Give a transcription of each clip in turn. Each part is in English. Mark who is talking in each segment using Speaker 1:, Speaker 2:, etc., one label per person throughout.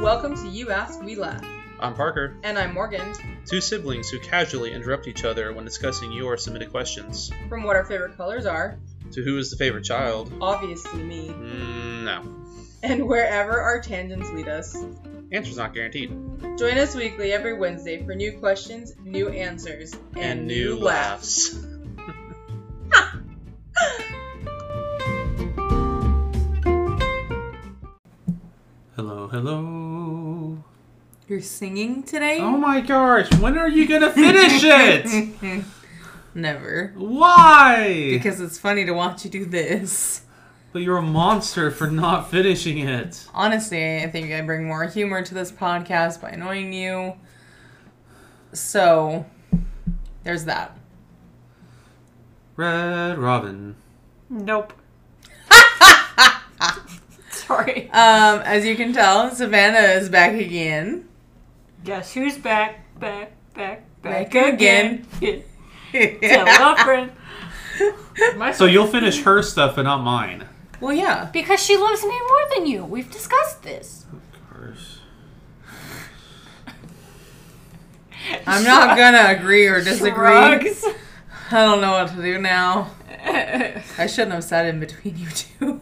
Speaker 1: Welcome to You Ask, We Laugh.
Speaker 2: I'm Parker,
Speaker 1: And I'm Morgan.
Speaker 2: two siblings who casually interrupt each other when discussing your submitted questions.
Speaker 1: From what our favorite colors are,
Speaker 2: To who is the favorite child?
Speaker 1: obviously me.
Speaker 2: Mm, no.
Speaker 1: And wherever our tangents lead us.
Speaker 2: Answer's not guaranteed.
Speaker 1: Join us weekly every Wednesday for new questions, new answers, and,
Speaker 2: laughs. hello, hello.
Speaker 1: You're singing today?
Speaker 2: Oh my gosh, when are you gonna finish it?
Speaker 1: Never.
Speaker 2: Why?
Speaker 1: Because it's funny to watch you do this.
Speaker 2: but you're a monster for not finishing it.
Speaker 1: Honestly, I think I bring more humor to this podcast by annoying you. So, there's that.
Speaker 2: Red Robin.
Speaker 3: Nope. Sorry.
Speaker 1: Um, as you can tell, Savannah is back again.
Speaker 3: Guess who's back, back, back,
Speaker 1: Back
Speaker 3: back, again? yeah, well, friend. My-
Speaker 2: So you'll finish her stuff and not mine.
Speaker 1: well, yeah.
Speaker 3: because she loves me more than you. We've discussed this.
Speaker 1: I'm not gonna agree or disagree.
Speaker 3: Drugs.
Speaker 1: I don't know what to do now. I shouldn't have sat in between you two.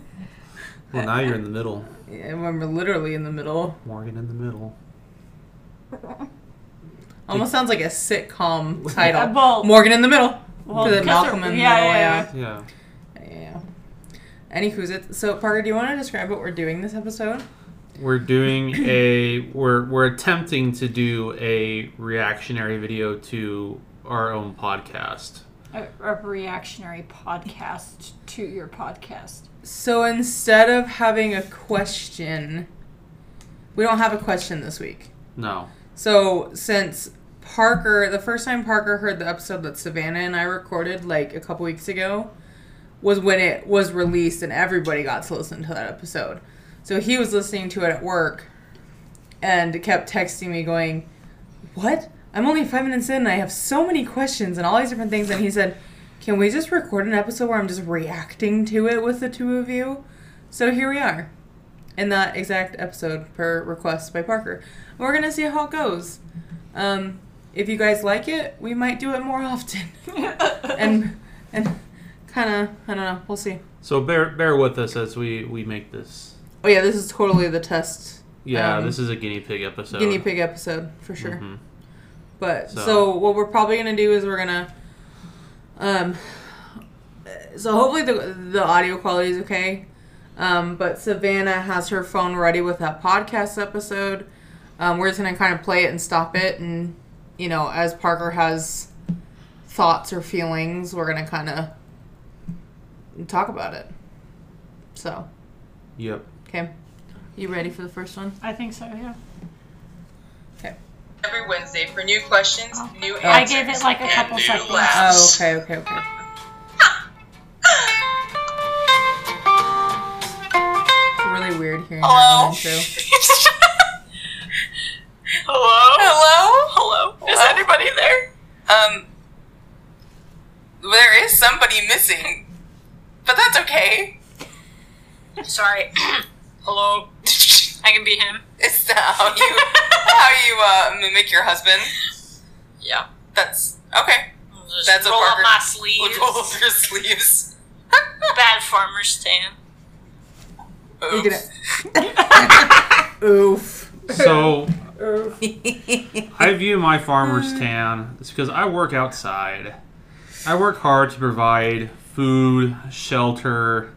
Speaker 2: Well, now you're in the middle.
Speaker 1: Yeah, when we're literally in the middle.
Speaker 2: Morgan in the middle.
Speaker 1: Almost sounds like a sitcom title.
Speaker 3: well-
Speaker 1: Morgan in the middle.
Speaker 3: Well,
Speaker 1: Well,
Speaker 3: because
Speaker 1: Malcolm
Speaker 3: they're-
Speaker 1: in the
Speaker 3: yeah,
Speaker 1: middle.
Speaker 3: yeah,
Speaker 1: Yeah.
Speaker 2: Yeah.
Speaker 1: yeah. Any who's it? So Parker, do you want to describe what we're doing this episode?
Speaker 2: We're doing a we're we're attempting to do a reactionary video to our own podcast.
Speaker 3: a, a reactionary podcast to your podcast.
Speaker 1: So instead of having a question, we don't have a question this week.
Speaker 2: No.
Speaker 1: So since Parker, the first time Parker heard the episode that Savannah and I recorded like a couple weeks ago was when it was released and everybody got to listen to that episode. So he was listening to it at work and kept texting me going, "What? I'm only 5 minutes in and I have so many questions and all these different things." And he said, "Can we just record an episode where I'm just reacting to it with the two of you?" So here we are in that exact episode per request by Parker. We're gonna see how it goes. Um, if you guys like it, we might do it more often, and and kind of I don't know. We'll see.
Speaker 2: So bear bear with us as we we make this.
Speaker 1: Oh yeah, this is totally the test
Speaker 2: Yeah,
Speaker 1: Um,
Speaker 2: this is a guinea pig episode.
Speaker 1: guinea pig episode for sure.
Speaker 2: Mhm.
Speaker 1: But so.
Speaker 2: So-
Speaker 1: what we're probably gonna do is we're gonna, um, so hopefully the the audio quality is okay. Um, but Savannah has her phone ready with that podcast episode. Um, we're just gonna kind of play it and stop it, and you know, as Parker has thoughts or feelings, we're gonna kind of talk about it. So,
Speaker 2: Yep.
Speaker 1: okay, you ready for the first one?
Speaker 3: I think so, yeah.
Speaker 4: every Wednesday for new questions, new answers.
Speaker 3: I gave it like a couple
Speaker 4: and new
Speaker 3: seconds.
Speaker 1: Oh,
Speaker 4: laughs.
Speaker 1: okay, okay, okay. It's really weird hearing
Speaker 4: Hello?
Speaker 1: her intro.
Speaker 4: Hello?
Speaker 1: Hello?
Speaker 4: Is anybody there?
Speaker 1: Um, there is somebody missing, but that's okay.
Speaker 4: Sorry. Hello? I can be him.
Speaker 1: It's the- how you how you uh, mimic your husband.
Speaker 4: Yeah.
Speaker 1: That's okay.
Speaker 4: Just
Speaker 1: That's a
Speaker 4: roll up
Speaker 1: Parker-
Speaker 4: my
Speaker 1: We'll
Speaker 4: sleeves.
Speaker 1: roll up your sleeves.
Speaker 4: Bad farmer's tan.
Speaker 1: You
Speaker 4: Oops.
Speaker 1: did it. Oof.
Speaker 2: So
Speaker 1: Oof.
Speaker 2: I view my farmer's tan is because I work outside. I work hard to provide food, shelter,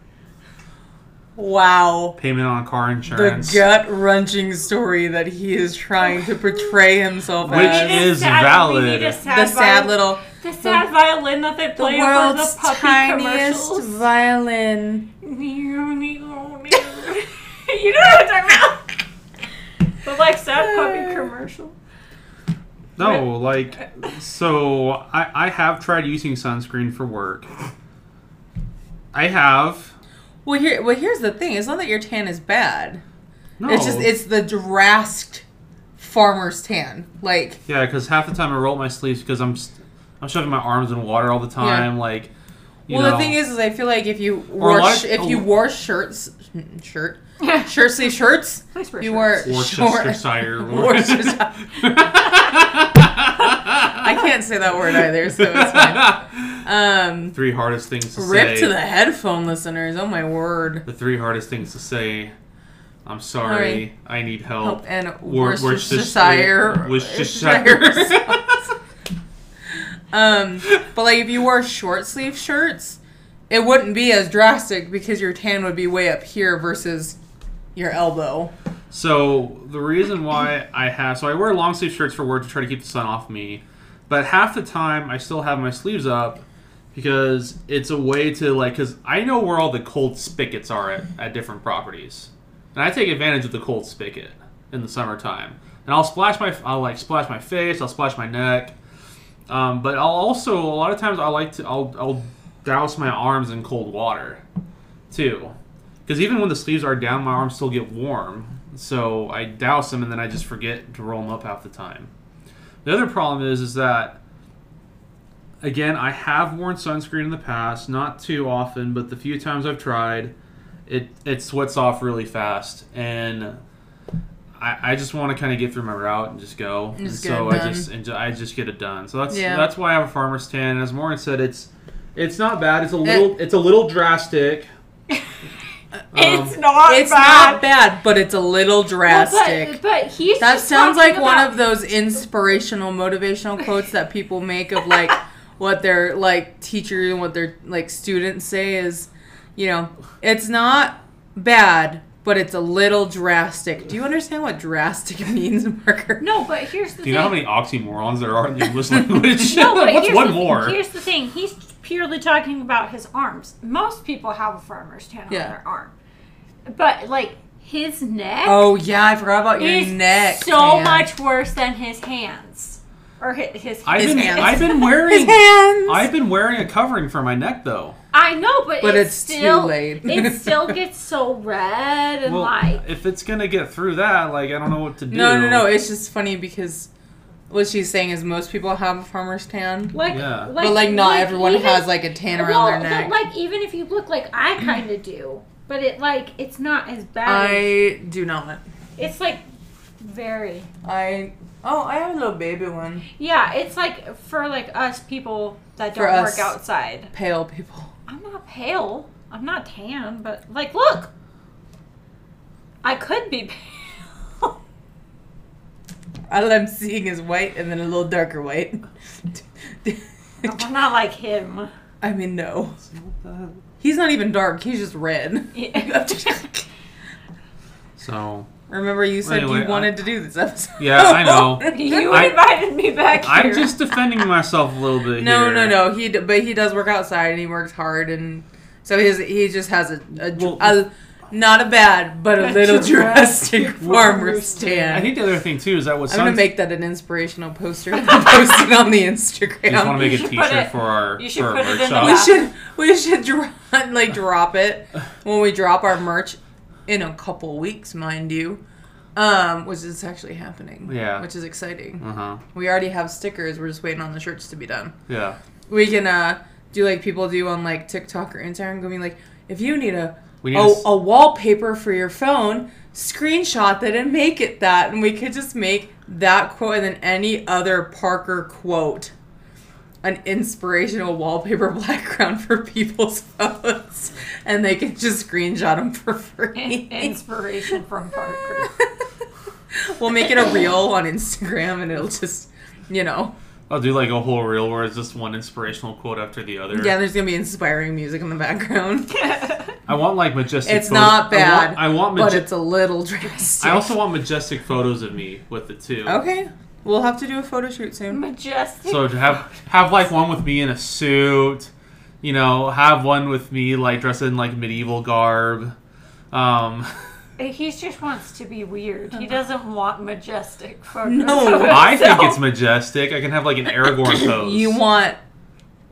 Speaker 1: wow.
Speaker 2: payment on car
Speaker 1: the
Speaker 2: insurance.
Speaker 1: gut wrenching story that he is trying to portray himself
Speaker 2: Which
Speaker 1: as.
Speaker 2: is
Speaker 3: sad-
Speaker 2: valid.
Speaker 3: we need a
Speaker 1: the sad
Speaker 3: violin-
Speaker 1: little,
Speaker 3: The sad violin that they
Speaker 1: the
Speaker 3: play for the
Speaker 1: world's
Speaker 3: puppy
Speaker 1: tiniest
Speaker 3: commercials.
Speaker 1: violin.
Speaker 3: you know what I'm talking about. But like sad puppy commercial.
Speaker 2: No, like, so I, I have tried using sunscreen for work. I have.
Speaker 1: Well, here, well, here's the thing. It's not that your tan is bad.
Speaker 2: No.
Speaker 1: It's just it's the drasked farmer's tan. Like
Speaker 2: yeah, because half the time I roll up my sleeves because I'm, st- I'm shoving my arms in water all the time. Like, You
Speaker 1: well,
Speaker 2: know,
Speaker 1: the thing is, is I feel like if you
Speaker 2: Or a
Speaker 1: wore
Speaker 2: lot of-
Speaker 1: sh- if you wore shirts, shirt, shirt sleeve shirts,
Speaker 5: Please wear
Speaker 1: you
Speaker 5: shirts.
Speaker 1: wore short.
Speaker 2: Worcestershire.
Speaker 1: Worcestershire. I
Speaker 2: I
Speaker 1: can't say that word either, so it's fine. Um,
Speaker 2: Three hardest things to
Speaker 1: rip
Speaker 2: say.
Speaker 1: to the headphone listeners. Oh my word.
Speaker 2: The three hardest things to say. I'm sorry. I need
Speaker 1: Help
Speaker 2: help.
Speaker 1: Oh, and
Speaker 2: Wor-
Speaker 1: Worcestershire.
Speaker 2: Worcestershire.
Speaker 1: Um, but like if you wore short sleeve shirts, it wouldn't be as drastic because your tan would be way up here versus your elbow.
Speaker 2: So the reason why I have so I wear long sleeve shirts for work to try to keep the sun off me, but half the time I still have my sleeves up because it's a way to like because I know where all the cold spigots are at, at different properties, and I take advantage of the cold spigot in the summertime, and I'll splash my I'll like splash my face, I'll splash my neck, um, but I'll also a lot of times I like to I'll I'll douse my arms in cold water too. Because even when the sleeves are down, my arms still get warm. So I douse them and then I just forget to roll them up half the time. The other problem is, is that again, I have worn sunscreen in the past, not too often, but the few times I've tried, it it sweats off really fast, and I, I just want to kind of get through my route and just go.
Speaker 1: And just
Speaker 2: and
Speaker 1: get
Speaker 2: so
Speaker 1: it
Speaker 2: I
Speaker 1: done.
Speaker 2: just and ju- I just get it done. So that's
Speaker 1: Yeah.
Speaker 2: that's why I have a farmer's tan. And as Morgan said, it's it's not bad. It's a little it's a little drastic.
Speaker 5: it's not
Speaker 1: um, It's
Speaker 5: bad.
Speaker 1: not bad, but it's a little
Speaker 5: Well,
Speaker 1: drastic.
Speaker 5: but, but he's
Speaker 1: That
Speaker 5: just
Speaker 1: sounds
Speaker 5: talking
Speaker 1: like one
Speaker 5: about-
Speaker 1: of those inspirational, motivational quotes that people make of like what their like teachers and what their like students say is, you know, it's not bad, but it's a little drastic. Do you understand what drastic means, Marker?
Speaker 5: No, but here's the
Speaker 2: Do you
Speaker 5: thing.
Speaker 2: know how many oxymorons there are in the English language?
Speaker 5: No, but
Speaker 2: What's
Speaker 5: here's
Speaker 2: one
Speaker 5: the,
Speaker 2: more?
Speaker 5: Here's the thing. He's purely talking about his arms. Most people have a farmer's tan
Speaker 1: Yeah.
Speaker 5: on their arm, but like his neck
Speaker 1: Oh yeah, I forgot about your
Speaker 5: is
Speaker 1: neck.
Speaker 5: so
Speaker 1: man.
Speaker 5: much worse than his hands or his. his
Speaker 2: I've
Speaker 1: His
Speaker 2: been,
Speaker 1: hands.
Speaker 2: I've been
Speaker 1: His
Speaker 2: wearing
Speaker 1: hands.
Speaker 2: I've been wearing a covering for my neck though.
Speaker 5: I know, but
Speaker 1: But
Speaker 5: it
Speaker 1: it's too
Speaker 5: still,
Speaker 1: late.
Speaker 5: it still gets so red and
Speaker 2: Well,
Speaker 5: like
Speaker 2: if it's gonna get through that, like I don't know what to do.
Speaker 1: no, no, no. It's just funny because what she's saying is most people have a farmer's tan,
Speaker 5: like,
Speaker 2: Yeah.
Speaker 5: like
Speaker 1: but like not
Speaker 5: like,
Speaker 1: everyone
Speaker 5: even-
Speaker 1: has like a tan around their
Speaker 5: well,
Speaker 1: neck.
Speaker 5: But like even if you look like I kind of do, but it like it's not as bad. as-
Speaker 1: I do not.
Speaker 5: it's like very
Speaker 1: I oh, I have a little baby one.
Speaker 5: yeah. It's like for like us people that
Speaker 1: For
Speaker 5: don't work
Speaker 1: us.
Speaker 5: outside.
Speaker 1: Pale people.
Speaker 5: I'm not pale. I'm not tan, but like look, I could be pale.
Speaker 1: All I'm seeing is white and then a little darker white.
Speaker 5: I'm not like him.
Speaker 1: I mean, no. He's not even dark. He's just red.
Speaker 5: Yeah.
Speaker 2: So
Speaker 1: Remember, you said
Speaker 2: Anyway,
Speaker 1: you
Speaker 2: I-
Speaker 1: wanted to do this episode.
Speaker 2: Yeah, I know.
Speaker 5: you
Speaker 2: I-
Speaker 5: invited me back here.
Speaker 2: I'm just defending myself a little bit.
Speaker 1: No,
Speaker 2: here.
Speaker 1: no, no. He d- but he does work outside and he works hard and so his he just has a, a, dr-
Speaker 2: Well-
Speaker 1: a not a bad but a
Speaker 5: A
Speaker 1: little
Speaker 5: drastic
Speaker 1: drastic farmer
Speaker 5: farmer's
Speaker 2: I
Speaker 1: stand.
Speaker 2: think the other thing too is that what
Speaker 1: I'm gonna
Speaker 2: suns-
Speaker 1: make that an inspirational poster and post it um, on the Instagram.
Speaker 2: I just want to make a
Speaker 5: You should
Speaker 2: T-shirt
Speaker 5: put it-
Speaker 2: for our
Speaker 5: you should
Speaker 2: for our
Speaker 5: put it in the
Speaker 2: workshop.
Speaker 1: we
Speaker 5: back.
Speaker 1: should we should dro- like drop it when we drop our merch in a couple weeks, mind you. Um, which is actually happening.
Speaker 2: Yeah.
Speaker 1: Which is exciting.
Speaker 2: Uh huh.
Speaker 1: We already have stickers, we're just waiting on the shirts to be done.
Speaker 2: Yeah.
Speaker 1: we can uh do like people do on like TikTok or Instagram, going like, if you need a
Speaker 2: We need
Speaker 1: a,
Speaker 2: to s-
Speaker 1: Oh, a wallpaper for your phone, screenshot that and make it that, and we could just make that quote and then any other Parker quote. An inspirational wallpaper background for people's phones, and they can just screenshot them for free.
Speaker 5: inspiration from Parker.
Speaker 1: we'll make it a reel on Instagram, and it'll just, you know,
Speaker 2: I'll do like a whole reel where it's just one inspirational quote after the other.
Speaker 1: yeah. There's gonna be inspiring music in the background.
Speaker 2: I want like majestic.
Speaker 1: It's
Speaker 2: photo-
Speaker 1: not bad,
Speaker 2: I want, I want
Speaker 1: but
Speaker 2: maje-
Speaker 1: it's a little drastic.
Speaker 2: I also want majestic photos of me with the two.
Speaker 1: okay. We'll have to do a photo shoot soon.
Speaker 5: Majestic.
Speaker 2: So to have have like one with me in a suit, you know, have one with me like dressed in like medieval garb. Um,
Speaker 5: He just wants to be weird. He doesn't want majestic photos.
Speaker 1: No.
Speaker 5: of
Speaker 2: I think
Speaker 5: himself.
Speaker 2: it's majestic. I can have like an Aragorn pose.
Speaker 1: You want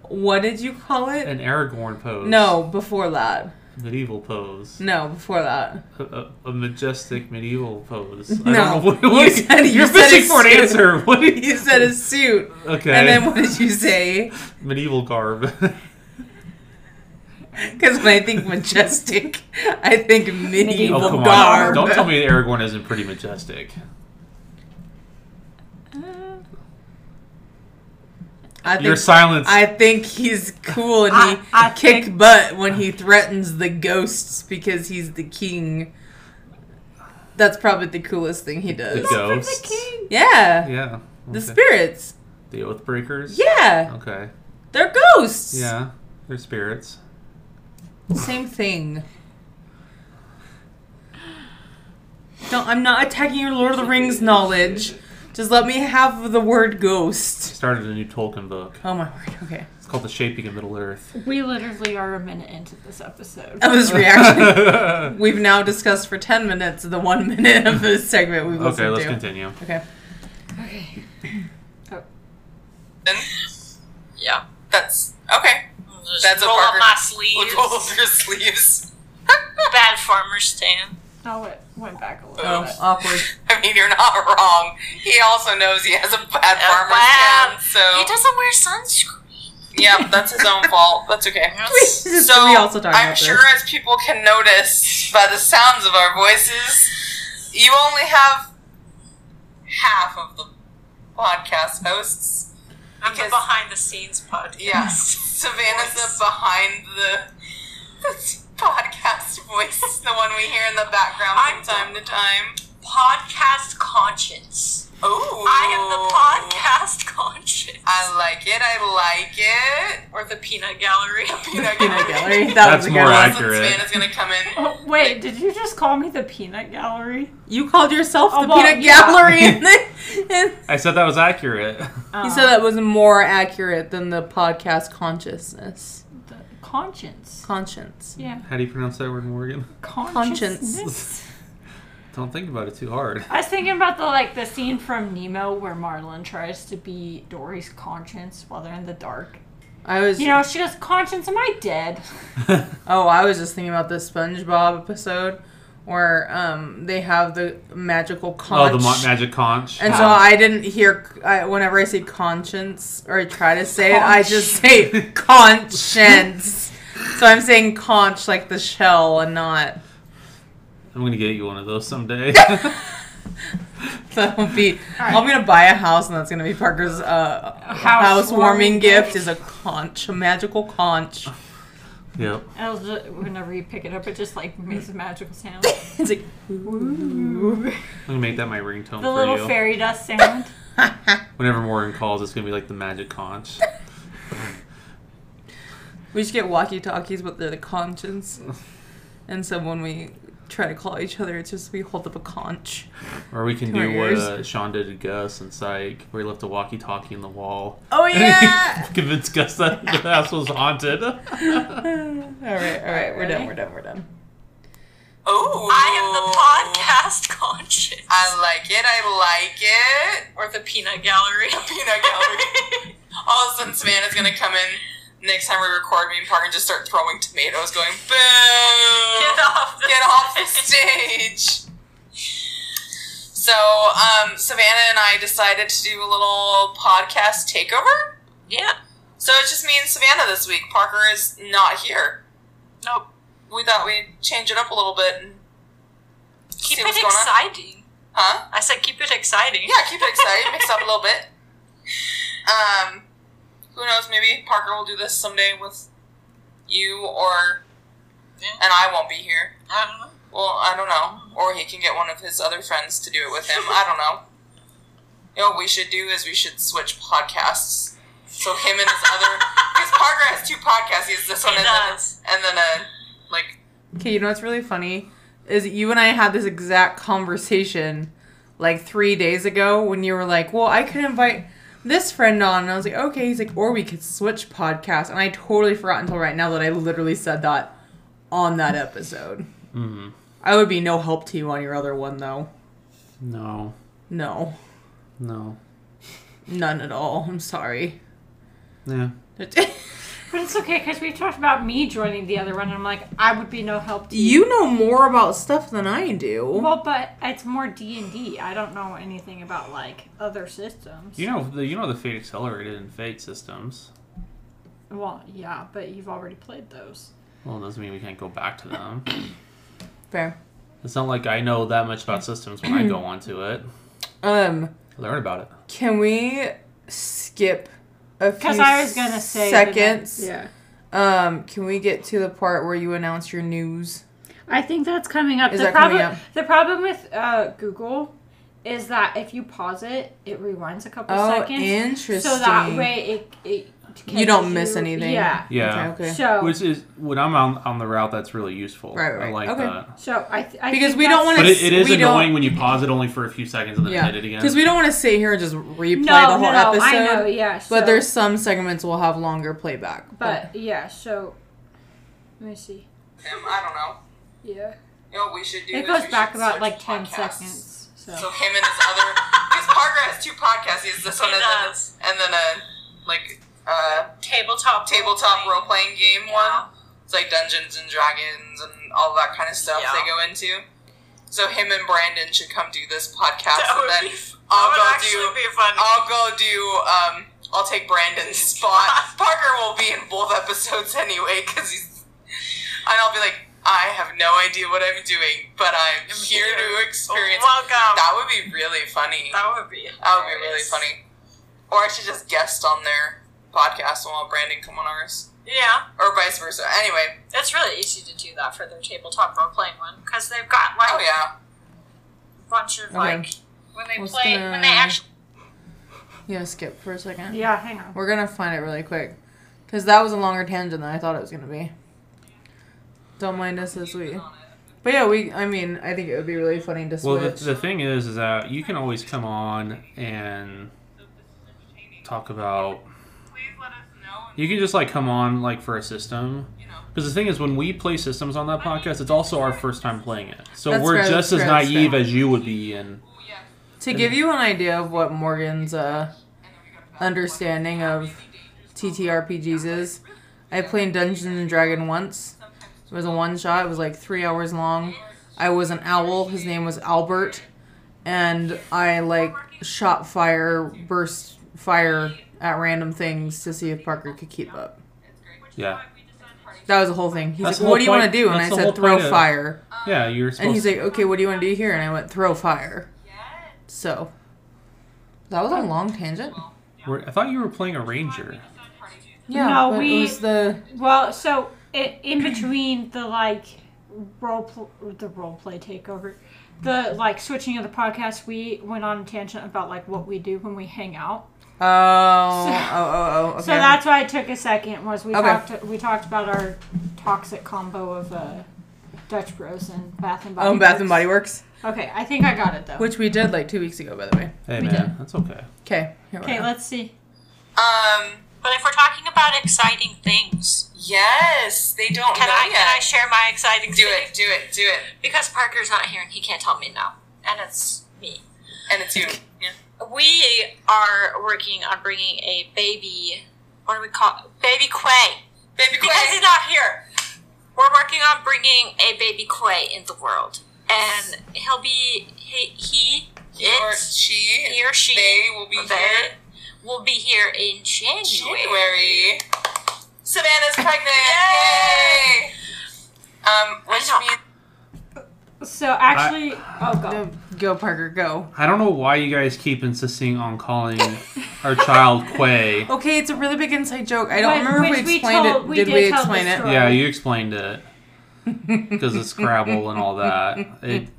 Speaker 1: what did you call it?
Speaker 2: an Aragorn pose?
Speaker 1: No, before that.
Speaker 2: medieval pose.
Speaker 1: No, before that.
Speaker 2: A- A, a majestic medieval pose.
Speaker 1: No.
Speaker 2: I don't know what,
Speaker 1: You
Speaker 2: what-
Speaker 1: said- you
Speaker 2: you're
Speaker 1: said
Speaker 2: fishing
Speaker 1: it's
Speaker 2: for an
Speaker 1: suit.
Speaker 2: answer. What do you,
Speaker 1: You said a suit.
Speaker 2: okay.
Speaker 1: And then what did you say?
Speaker 2: Oh, medieval garb.
Speaker 1: Because when I think majestic, I think medieval
Speaker 5: Medieval
Speaker 2: Oh come on!
Speaker 1: garb.
Speaker 2: Don't tell me Aragorn isn't pretty majestic.
Speaker 1: I think,
Speaker 2: Your silence.
Speaker 1: I think he's cool and he
Speaker 5: I- I
Speaker 1: kick
Speaker 5: think-
Speaker 1: butt when he threatens the ghosts because he's the king. That's probably the coolest thing he
Speaker 2: the
Speaker 1: does.
Speaker 2: ghosts.
Speaker 5: king.
Speaker 1: Yeah.
Speaker 2: Yeah.
Speaker 1: The
Speaker 2: okay.
Speaker 1: spirits.
Speaker 2: The oath breakers.
Speaker 1: Yeah.
Speaker 2: Okay.
Speaker 1: They're ghosts.
Speaker 2: Yeah. They're spirits.
Speaker 1: Same thing. Don't, I'm not attacking your Lord of the Rings knowledge. Just let me have the word ghost.
Speaker 2: Started a new Tolkien book.
Speaker 1: Oh my word, okay.
Speaker 2: It's called The Shaping of Middle Earth.
Speaker 5: We literally are a minute into this episode.
Speaker 1: That was reaction. We've now discussed for 10 minutes the one minute of this segment we've
Speaker 2: okay,
Speaker 1: listened
Speaker 2: let's
Speaker 1: to.
Speaker 2: continue.
Speaker 1: Okay.
Speaker 5: Okay.
Speaker 4: Then, yeah, that's okay.
Speaker 6: That's a
Speaker 4: roll up
Speaker 6: Parker-
Speaker 4: my
Speaker 6: Look
Speaker 4: sleeves.
Speaker 6: over your sleeves.
Speaker 4: Bad farmer stand.
Speaker 5: Now it went back a little
Speaker 1: Oh,
Speaker 2: Um,
Speaker 5: bit.
Speaker 1: awkward.
Speaker 6: I mean, you're not wrong. He also knows he has a bad
Speaker 4: A
Speaker 6: farmer's
Speaker 4: bad-
Speaker 6: tan, so
Speaker 4: He doesn't wear sunscreen.
Speaker 6: yeah, that's his own fault. That's okay.
Speaker 1: This is-
Speaker 6: So
Speaker 1: we also talked
Speaker 6: I'm
Speaker 1: about
Speaker 6: sure
Speaker 1: this.
Speaker 6: as people can notice by the sounds of our voices, you only have half of the podcast hosts.
Speaker 4: I'm the
Speaker 6: Because-
Speaker 4: behind the scenes podcast.
Speaker 6: Yes, Savannah's the behind the, the podcast voice, the one we hear in the background
Speaker 4: I'm
Speaker 6: from time to time.
Speaker 4: Podcast conscience.
Speaker 6: Oh,
Speaker 4: I am the podcast conscience.
Speaker 6: I like it. I like it.
Speaker 4: or the peanut gallery.
Speaker 6: Peanut
Speaker 1: Peanut gallery. That
Speaker 2: That's
Speaker 1: was a good
Speaker 2: more
Speaker 1: one.
Speaker 2: accurate.
Speaker 6: Savannah's gonna come in.
Speaker 5: Oh, wait, did you just call me the peanut gallery?
Speaker 1: You called yourself the
Speaker 5: Oh, well,
Speaker 1: peanut
Speaker 5: yeah.
Speaker 1: gallery. and then-
Speaker 2: I said that was accurate.
Speaker 5: Uh,
Speaker 1: he said that was more accurate than the podcast consciousness.
Speaker 5: the conscience.
Speaker 1: Conscience.
Speaker 5: Yeah,
Speaker 2: How do you pronounce that word, Morgan?
Speaker 5: consciousness.
Speaker 2: Don't think about it too hard.
Speaker 5: I was thinking about the like the scene from Nemo where Marlin tries to be Dory's conscience while they're in the dark.
Speaker 1: I was.
Speaker 5: You know, she goes, "Conscience, am I dead?"
Speaker 1: Oh, I was just thinking about the SpongeBob episode where um they have the magical conch.
Speaker 2: Oh, the mo- magic conch.
Speaker 1: and so I didn't hear I, whenever I say conscience or I try to say it, I just say conscience. so I'm saying conch like the shell and not.
Speaker 2: I'm gonna get you one of those someday.
Speaker 1: That'll be. I'm gonna buy a house, and that's gonna be Parker's uh, housewarming
Speaker 5: Housewarming
Speaker 1: gift. Is a conch, a magical conch.
Speaker 2: yep.
Speaker 5: I was just, whenever you pick it up, it just like makes a magical sound.
Speaker 1: It's like
Speaker 5: Ooh.
Speaker 2: I'm gonna make that my ringtone
Speaker 5: The
Speaker 2: for
Speaker 5: little
Speaker 2: you.
Speaker 5: fairy dust sound.
Speaker 2: Whenever Morgan calls, it's gonna be like the magic conch.
Speaker 1: we should get walkie talkies, but they're the conches. And so when we try to call each other, it's just we hold up a conch.
Speaker 2: Or we can
Speaker 1: To our
Speaker 2: do what
Speaker 1: ears.
Speaker 2: uh, Sean did to Gus and Psych, where he left a walkie-talkie in the wall.
Speaker 1: Oh
Speaker 2: And he
Speaker 1: yeah!
Speaker 2: convinced Gus that the house was haunted.
Speaker 1: all right, all right, we're done,
Speaker 5: Ready?
Speaker 1: we're done, we're done.
Speaker 6: Oh,
Speaker 4: I am the podcast conscience.
Speaker 6: I like it. I like it.
Speaker 4: or the peanut gallery.
Speaker 6: Peanut gallery. All of a sudden, Savannah's gonna come in next time we record. Me and Parker just start throwing tomatoes, going boo!
Speaker 4: Get off the
Speaker 6: Get off the stage. So, um, Savannah and I decided to do a little podcast takeover.
Speaker 4: Yeah.
Speaker 6: So it's just me and Savannah this week. Parker is not here.
Speaker 4: Nope.
Speaker 6: We thought we'd change it up a little bit and
Speaker 4: Keep
Speaker 6: see
Speaker 4: it
Speaker 6: what's going on.
Speaker 4: exciting.
Speaker 6: Huh?
Speaker 4: I said keep it exciting.
Speaker 6: Yeah, keep it exciting. Mix up a little bit. Um, who knows? Maybe Parker will do this someday with you, or
Speaker 4: Yeah.
Speaker 6: and I won't be here.
Speaker 4: I don't know.
Speaker 6: Well, I don't know. Or he can get one of his other friends to do it with him. I don't know. You know what we should do is we should switch podcasts. So him and his other because Parker has two podcasts. He has this
Speaker 4: He
Speaker 6: one and
Speaker 4: does.
Speaker 6: then and then a like
Speaker 1: Okay, you know what's really funny is that you and I had this exact conversation like three days ago when you were like, "Well, I could invite this friend on," and I was like, "Okay." He's like, "Or we could switch podcasts," and I totally forgot until right now that I literally said that on that episode.
Speaker 2: Mhm.
Speaker 1: I would be no help to you on your other one though.
Speaker 2: No,
Speaker 1: No,
Speaker 2: no,
Speaker 1: none at all. I'm sorry.
Speaker 2: yeah.
Speaker 5: But it's okay because we talked about me joining the other one, and I'm like, I would be no help to
Speaker 1: you know more about stuff than I do.
Speaker 5: Well, but it's more D and D. I don't know anything about like other systems.
Speaker 2: You know the you know the fate accelerated and fate systems.
Speaker 5: Well, yeah, but you've already played those.
Speaker 2: Well, it doesn't mean we can't go back to them.
Speaker 1: Fair.
Speaker 2: It's not like I know that much about systems when I go onto it.
Speaker 1: Um,
Speaker 2: I learn about it.
Speaker 1: can we skip a few
Speaker 3: Because I was gonna say the
Speaker 1: seconds?
Speaker 5: Yeah.
Speaker 1: Um, can we get to the part where you announce your news?
Speaker 5: I think that's coming up.
Speaker 1: Is
Speaker 5: the
Speaker 1: that
Speaker 5: problem
Speaker 1: coming up?
Speaker 5: the problem with uh, Google is that if you pause it, it rewinds a couple
Speaker 1: Oh,
Speaker 5: seconds.
Speaker 1: interesting.
Speaker 5: So that way it, it
Speaker 1: You don't miss anything.
Speaker 5: Yeah.
Speaker 2: Yeah.
Speaker 1: Okay. okay.
Speaker 5: So
Speaker 2: Which is when I'm on, on the route, that's really useful.
Speaker 1: Right, right,
Speaker 2: I like
Speaker 1: okay.
Speaker 2: that.
Speaker 5: so I, th- I
Speaker 1: Because
Speaker 5: think
Speaker 1: we don't
Speaker 5: that's-
Speaker 1: wanna-
Speaker 2: But it, it is
Speaker 1: We don't-
Speaker 2: annoying when you pause it only for a few seconds and then
Speaker 1: yeah.
Speaker 2: hit it again.
Speaker 1: Because we don't want to sit here and just replay
Speaker 5: no,
Speaker 1: the whole
Speaker 5: no,
Speaker 1: episode.
Speaker 5: I know. Yeah.
Speaker 1: But
Speaker 5: so-
Speaker 1: there's some segments will have longer playback.
Speaker 5: But yeah. So let me see.
Speaker 6: Him, I don't know.
Speaker 5: Yeah.
Speaker 6: You know what we should do?
Speaker 5: It
Speaker 6: is
Speaker 5: goes
Speaker 6: we
Speaker 5: back
Speaker 6: should
Speaker 5: about
Speaker 6: switch
Speaker 5: like ten
Speaker 6: podcasts.
Speaker 5: seconds. So.
Speaker 6: So him and his other, because Parker has two podcasts. He has this one
Speaker 4: He
Speaker 6: and then,
Speaker 4: does.
Speaker 6: and then a like uh,
Speaker 4: Tabletop.
Speaker 6: tabletop role playing game
Speaker 4: Yeah.
Speaker 6: one. It's like Dungeons and Dragons and all that kind of stuff
Speaker 4: Yeah.
Speaker 6: they go into. So him and Brandon should come do this podcast,
Speaker 4: That would
Speaker 6: and then
Speaker 4: be. that
Speaker 6: I'll
Speaker 4: would
Speaker 6: go
Speaker 4: actually
Speaker 6: do.
Speaker 4: be fun.
Speaker 6: I'll go do. Um, I'll take Brandon's spot. Parker will be in both episodes anyway, because he's. And I'll be like, I have no idea what I'm doing, but I'm
Speaker 4: I'm
Speaker 6: here
Speaker 4: here.
Speaker 6: to experience.
Speaker 4: Oh, Welcome.
Speaker 6: That would be really funny.
Speaker 4: That would be.
Speaker 6: That would be really
Speaker 4: hilarious.
Speaker 6: funny. Or I should just guest on their podcast and while Brandon come on ours,
Speaker 4: Yeah,
Speaker 6: or vice versa. Anyway,
Speaker 4: it's really easy to do that for their tabletop role playing one because they've got like
Speaker 6: oh yeah,
Speaker 4: a bunch of
Speaker 1: Okay.
Speaker 4: like when they
Speaker 1: What's
Speaker 4: play
Speaker 1: the-
Speaker 4: when they actually
Speaker 1: Yeah, skip for a second.
Speaker 5: yeah. Hang on.
Speaker 1: We're gonna find it really quick, cause that was a longer tangent than I thought it was gonna be. Don't mind us as we. But yeah, we. I mean, I think it would be really funny to switch.
Speaker 2: Well, the, the thing is, is that you can always come on and talk about. You can just like come on like for a system, because the thing is, when we play systems on that podcast, it's also our first time playing it, so
Speaker 1: That's
Speaker 2: we're
Speaker 1: fair,
Speaker 2: just
Speaker 1: that's
Speaker 2: as
Speaker 1: fair, that's
Speaker 2: naive
Speaker 1: fair.
Speaker 2: as you would be. And
Speaker 1: to give you an idea of what Morgan's uh, understanding of TTRPGs is, I played Dungeons and Dragon once. It was a one shot. It was like three hours long. I was an owl. His name was Albert, and I like shot fire, burst fire at random things to see if Parker could keep up.
Speaker 2: yeah,
Speaker 1: That was the whole thing. He's
Speaker 2: That's the
Speaker 1: like,
Speaker 2: whole
Speaker 1: "What do you want
Speaker 2: point-
Speaker 1: to do?" And
Speaker 2: that's
Speaker 1: I
Speaker 2: the whole
Speaker 1: said, "Throw
Speaker 2: point of-
Speaker 1: fire."
Speaker 2: yeah, you're
Speaker 1: And he's
Speaker 2: supposed.
Speaker 1: like, "Okay, what do you want to do here?" And I went, "Throw fire." So that was a long tangent.
Speaker 2: to, we're- I thought you were playing a ranger.
Speaker 1: Yeah,
Speaker 5: No,
Speaker 1: but
Speaker 5: we-
Speaker 1: it was the
Speaker 5: Well, so it, in between the like role pl- the role play takeover, the like switching of the podcast, we went on a tangent about like what we do when we hang out.
Speaker 1: oh oh oh oh. Okay.
Speaker 5: So that's why it took a second was we
Speaker 1: Okay.
Speaker 5: talked we talked about our toxic combo of uh, Dutch Bros and Bath and Body.
Speaker 1: oh, Bath and
Speaker 5: Works.
Speaker 1: Body Works,
Speaker 5: Okay, I think I got it though.
Speaker 1: which we did like two weeks ago, by the way.
Speaker 2: Hey
Speaker 5: We
Speaker 2: man, that's okay.
Speaker 1: Okay. Here we
Speaker 5: Okay,
Speaker 1: are.
Speaker 5: let's see.
Speaker 6: um,
Speaker 4: But if we're talking about exciting things,
Speaker 6: yes, they don't
Speaker 4: can
Speaker 6: know
Speaker 4: I
Speaker 6: yet.
Speaker 4: can I share my exciting
Speaker 6: do
Speaker 4: thing?
Speaker 6: it, do it, do it,
Speaker 4: Because Parker's not here and he can't help me now, and it's me.
Speaker 6: and it's you. Yeah.
Speaker 4: We are working on bringing a baby. What do we call baby Quay?
Speaker 6: Baby
Speaker 4: Because he's
Speaker 6: Quay.
Speaker 4: not here, we're working on bringing a baby Quay in the world, and he'll be he he
Speaker 6: Or
Speaker 4: it
Speaker 6: she.
Speaker 4: he or she
Speaker 6: They will be
Speaker 4: they
Speaker 6: here.
Speaker 4: will be here in
Speaker 6: January. Savannah's pregnant.
Speaker 4: Yay!
Speaker 6: Yay! Um, which
Speaker 4: know.
Speaker 6: means
Speaker 5: So actually, oh god,
Speaker 1: No, go Parker, go.
Speaker 2: I don't know why you guys keep insisting on calling our child Quay.
Speaker 1: Okay, it's a really big inside joke. I don't
Speaker 5: Which-
Speaker 1: remember if
Speaker 5: which
Speaker 1: we
Speaker 5: we
Speaker 1: explained
Speaker 5: told-
Speaker 1: it.
Speaker 5: we
Speaker 1: did,
Speaker 5: did
Speaker 1: we
Speaker 5: tell the
Speaker 1: explain it?
Speaker 5: story.
Speaker 2: Yeah, you explained it because of Scrabble and all that. It,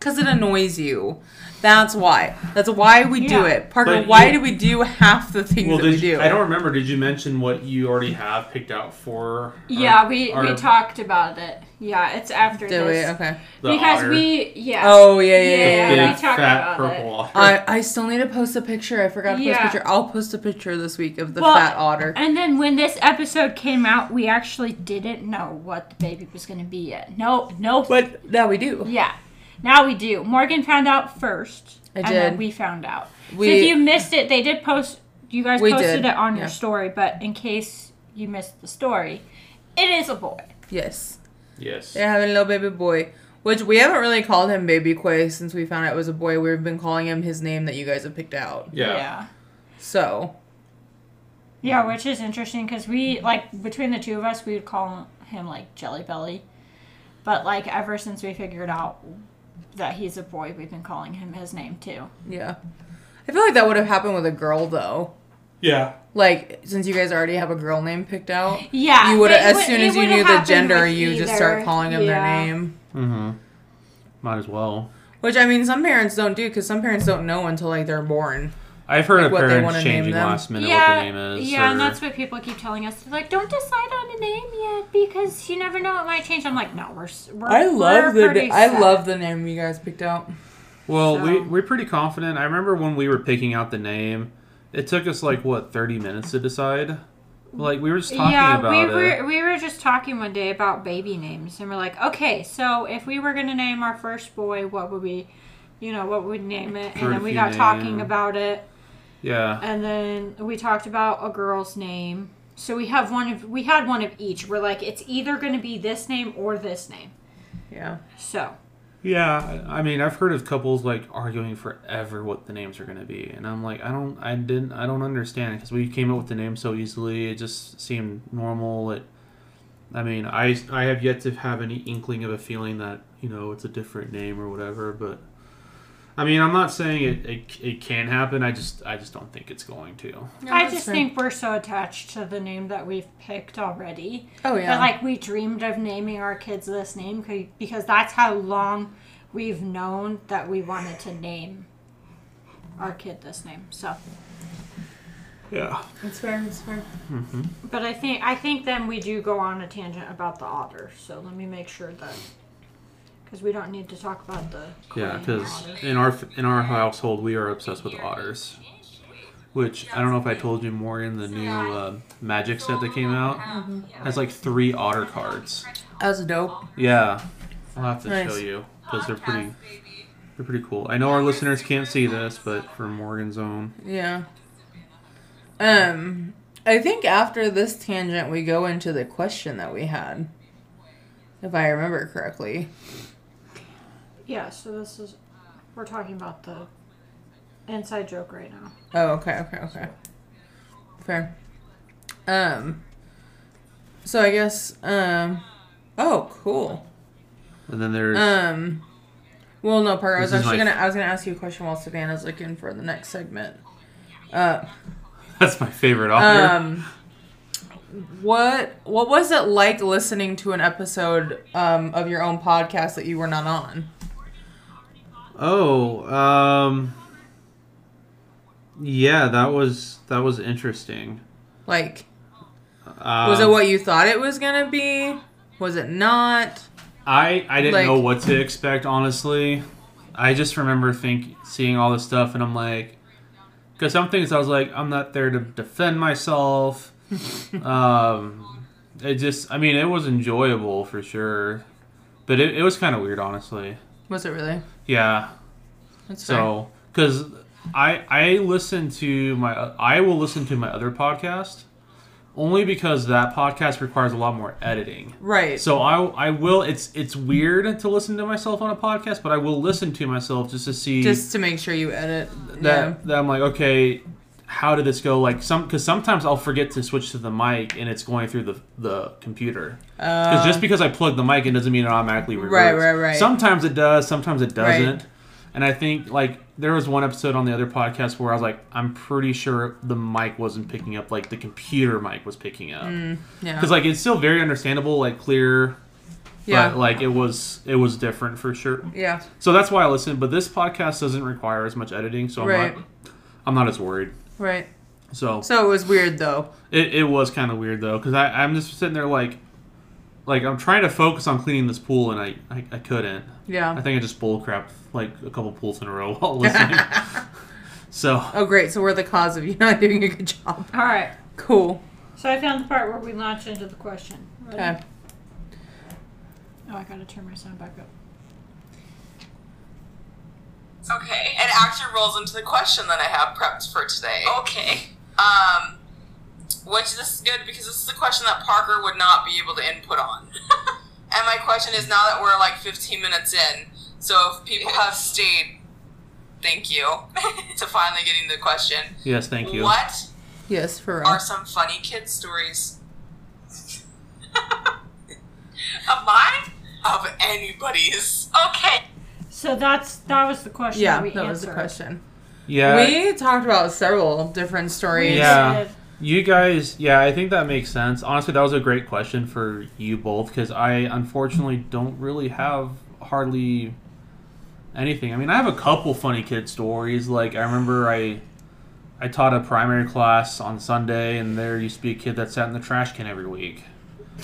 Speaker 1: Because it annoys you. That's why. That's why we do
Speaker 5: Yeah.
Speaker 1: it. Parker,
Speaker 2: But
Speaker 1: why
Speaker 2: you-
Speaker 1: do we do half the things
Speaker 2: Well,
Speaker 1: that we
Speaker 2: did
Speaker 1: do?
Speaker 2: you, I don't remember. Did you mention what you already have picked out for?
Speaker 5: yeah, we
Speaker 2: our-
Speaker 5: we talked about it. Yeah, it's after
Speaker 1: do we?
Speaker 5: this.
Speaker 1: Okay.
Speaker 2: the
Speaker 5: because
Speaker 2: otter,
Speaker 5: we yeah.
Speaker 1: Oh, yeah, yeah, yeah,
Speaker 2: the
Speaker 1: yeah,
Speaker 2: big,
Speaker 1: yeah.
Speaker 5: we talked
Speaker 2: fat
Speaker 5: about
Speaker 2: purple
Speaker 5: it.
Speaker 2: otter.
Speaker 1: I, I still need to post a picture. I forgot to
Speaker 5: Yeah.
Speaker 1: post a picture. I'll post a picture this week of the
Speaker 5: Well,
Speaker 1: fat otter.
Speaker 5: And then when this episode came out, we actually didn't know what the baby was going to be yet. No, no.
Speaker 1: But now we do.
Speaker 5: yeah. Now we do. Morgan found out first.
Speaker 1: I
Speaker 5: and then
Speaker 1: did.
Speaker 5: we found out. so
Speaker 1: We-
Speaker 5: if you missed it, they did post. You guys
Speaker 1: We
Speaker 5: posted
Speaker 1: did,
Speaker 5: it on
Speaker 1: yeah.
Speaker 5: your story, but in case you missed the story, it is a boy.
Speaker 1: Yes.
Speaker 2: yes.
Speaker 1: They're having a little baby boy. Which we haven't really called him Baby Quay since we found out it was a boy. We've been calling him his name that you guys have picked out.
Speaker 2: Yeah.
Speaker 5: Yeah.
Speaker 1: So
Speaker 5: Yeah, which is interesting because we like between the two of us, we would call him like Jelly Belly. But like ever since we figured out that he's a boy, we've been calling him his name too.
Speaker 1: Yeah. I feel like that would have happened with a girl though.
Speaker 2: Yeah.
Speaker 1: Like since you guys already have a girl name picked out,
Speaker 5: Yeah.
Speaker 1: you would
Speaker 5: it
Speaker 1: as
Speaker 5: would-
Speaker 1: soon
Speaker 5: it
Speaker 1: as you
Speaker 5: would
Speaker 1: knew
Speaker 5: have
Speaker 1: the
Speaker 5: happened
Speaker 1: gender,
Speaker 5: with
Speaker 1: you just
Speaker 5: either.
Speaker 1: start calling them
Speaker 5: Yeah.
Speaker 1: their name.
Speaker 2: Mm-hmm. Might as well.
Speaker 1: Which I mean, some parents don't do because some parents don't know until like they're born.
Speaker 2: I've heard of
Speaker 1: what they
Speaker 2: parents
Speaker 1: wanna name
Speaker 2: changing
Speaker 1: them.
Speaker 2: last minute
Speaker 5: yeah,
Speaker 2: what the name is.
Speaker 5: Yeah,
Speaker 2: or-
Speaker 5: and that's what people keep telling us. They're like, don't decide on a name yet because you never know it might change. I'm like, no, we're s- we're.
Speaker 1: I love
Speaker 5: we're
Speaker 1: the
Speaker 5: pretty
Speaker 1: I
Speaker 5: set.
Speaker 1: love the name you guys picked out.
Speaker 2: Well, we,
Speaker 5: So-
Speaker 2: we're pretty confident. I remember when we were picking out the name, it took us like, what, 30 minutes to decide? Like, we were just talking
Speaker 5: yeah,
Speaker 2: about
Speaker 5: we
Speaker 2: it.
Speaker 5: were we were just talking one day about baby names, and we're like, okay, so if we were gonna name our first boy, what would we, you know, what would we name it?
Speaker 2: Heard
Speaker 5: And
Speaker 2: a
Speaker 5: then we
Speaker 2: few
Speaker 5: got talking
Speaker 2: names.
Speaker 5: about it,
Speaker 2: Yeah.
Speaker 5: and then we talked about a girl's name. So we have one of we had one of each. We're like, it's either gonna be this name or this name.
Speaker 1: Yeah.
Speaker 5: So
Speaker 2: Yeah. I I mean, I've heard of couples like arguing forever what the names are going to be. And I'm like, I don't, I didn't, I don't understand because we came up with the name so easily. It just seemed normal. It, I mean, I, I have yet to have any inkling of a feeling that, you know, it's a different name or whatever, but. I mean, I'm not saying it, it, it can happen. I just I just don't think it's going to.
Speaker 5: I just think we're so attached to the name that we've picked already.
Speaker 1: Oh yeah.
Speaker 5: But like we dreamed of naming our kids this name 'cause- because that's how long we've known that we wanted to name our kid this name. So,
Speaker 2: Yeah.
Speaker 1: it's fair. It's fair.
Speaker 5: but I think I think then we do go on a tangent about the otter. So let me make sure that because we don't need to talk about the
Speaker 2: Yeah,
Speaker 5: Korean
Speaker 2: because
Speaker 5: otter.
Speaker 2: in our in our household we are obsessed with otters, which I don't know if I told you more in the new uh, magic set that came out has like three otter cards.
Speaker 1: That's dope.
Speaker 2: Yeah, I'll have to
Speaker 1: Nice.
Speaker 2: show you because they're pretty they're pretty cool. I know our listeners can't see this, but for Morgan's own,
Speaker 1: Yeah. Um, I think after this tangent, we go into the question that we had, if I remember correctly.
Speaker 5: yeah. So this is we're talking about the inside joke right now.
Speaker 1: Oh, okay, okay, okay. Fair. Um. So I guess. Um. Oh, cool.
Speaker 2: and then there's
Speaker 1: Um. Well, no, Parker. I was
Speaker 2: This is
Speaker 1: actually
Speaker 2: my-
Speaker 1: gonna. I was gonna ask you a question while Savannah's looking for the next segment. Uh.
Speaker 2: that's my favorite author.
Speaker 1: Um, what what was it like listening to an episode um, of your own podcast that you were not on?
Speaker 2: Oh, um, yeah, that was that was interesting.
Speaker 1: Like,
Speaker 2: Um,
Speaker 1: was it what you thought it was gonna be? Was it not?
Speaker 2: I I didn't
Speaker 1: Like-
Speaker 2: know what to expect honestly. I just remember think seeing all this stuff and I'm like, because some things I was like, I'm not there to defend myself. um, it just, I mean, it was enjoyable for sure, but it, it was kind of weird honestly.
Speaker 1: Was it really?
Speaker 2: Yeah.
Speaker 1: That's fair.
Speaker 2: So because I I listen to my I will listen to my other podcast only because that podcast requires a lot more editing.
Speaker 1: right.
Speaker 2: So I I will it's it's weird to listen to myself on a podcast, but I will listen to myself just to see
Speaker 1: Just to make sure you edit.
Speaker 2: that that I'm like okay, how did this go? Like some because sometimes I'll forget to switch to the mic and it's going through the the computer.
Speaker 1: yeah.
Speaker 2: Because
Speaker 1: Um,
Speaker 2: just because I plug the mic in doesn't mean it automatically reverts.
Speaker 1: Right, right, right.
Speaker 2: Sometimes it does, sometimes it
Speaker 1: Right.
Speaker 2: doesn't. And I think like there was one episode on the other podcast where I was like, I'm pretty sure the mic wasn't picking up, like the computer mic was picking up.
Speaker 1: Mm, yeah.
Speaker 2: Because like it's still very understandable, like clear,
Speaker 1: yeah.
Speaker 2: but like it was it was different for sure.
Speaker 1: yeah.
Speaker 2: So that's why I listen. But this podcast doesn't require as much editing, so I'm
Speaker 1: Right.
Speaker 2: not I'm not as worried.
Speaker 1: Right.
Speaker 2: So
Speaker 1: So it was weird though.
Speaker 2: it, it was kind of weird though, because I'm just sitting there like, like I'm trying to focus on cleaning this pool, and I I, I couldn't. I
Speaker 1: Yeah.
Speaker 2: think I just bull crap like a couple pools in a row while listening. so
Speaker 1: Oh great. So we're the cause of you not doing a good job.
Speaker 5: All right.
Speaker 1: Cool.
Speaker 5: So I found the part where we launch into the question. Ready?
Speaker 1: Okay.
Speaker 5: Oh, I gotta turn my sound back up.
Speaker 6: Okay. It actually rolls into the question that I have prepped for today.
Speaker 4: Okay.
Speaker 6: Um, which this is good because this is a question that Parker would not be able to input on. and my question is now that we're like 15 minutes in, so if people have stayed, thank you to finally getting the question.
Speaker 2: yes, thank you.
Speaker 6: What
Speaker 1: Yes, for
Speaker 6: are
Speaker 1: us.
Speaker 6: some funny kid stories? anybody's.
Speaker 4: Okay.
Speaker 5: So that's that was the question.
Speaker 1: Yeah,
Speaker 5: that, we
Speaker 1: that was the
Speaker 5: answered.
Speaker 1: question.
Speaker 2: Yeah,
Speaker 1: we talked about several different stories.
Speaker 2: Yeah. you guys. Yeah, I think that makes sense. Honestly, that was a great question for you both because I unfortunately don't really have hardly anything. I mean, I have a couple funny kid stories. Like I remember I. I taught a primary class on Sunday, and there used to be a kid that sat in the trash can every week.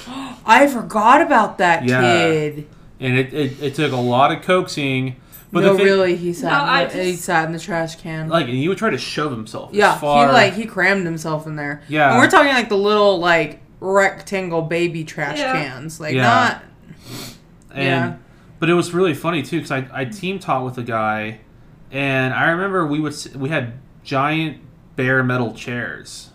Speaker 1: I forgot about that
Speaker 2: Yeah.
Speaker 1: kid.
Speaker 2: and it, it, it took a lot of coaxing. But
Speaker 1: no,
Speaker 2: the thing,
Speaker 1: really, he sat.
Speaker 3: No, I
Speaker 1: in the, he
Speaker 3: just-
Speaker 1: sat in the trash can.
Speaker 2: like, and he would try to shove himself. as
Speaker 1: yeah,
Speaker 2: far-
Speaker 1: he like he crammed himself in there.
Speaker 2: Yeah.
Speaker 1: and we're talking like the little like rectangle baby trash
Speaker 3: Yeah.
Speaker 1: cans, like
Speaker 2: Yeah.
Speaker 1: not.
Speaker 2: and,
Speaker 1: yeah.
Speaker 2: But it was really funny too because I, I team taught with a guy, and I remember we would s- we had giant bare metal chairs,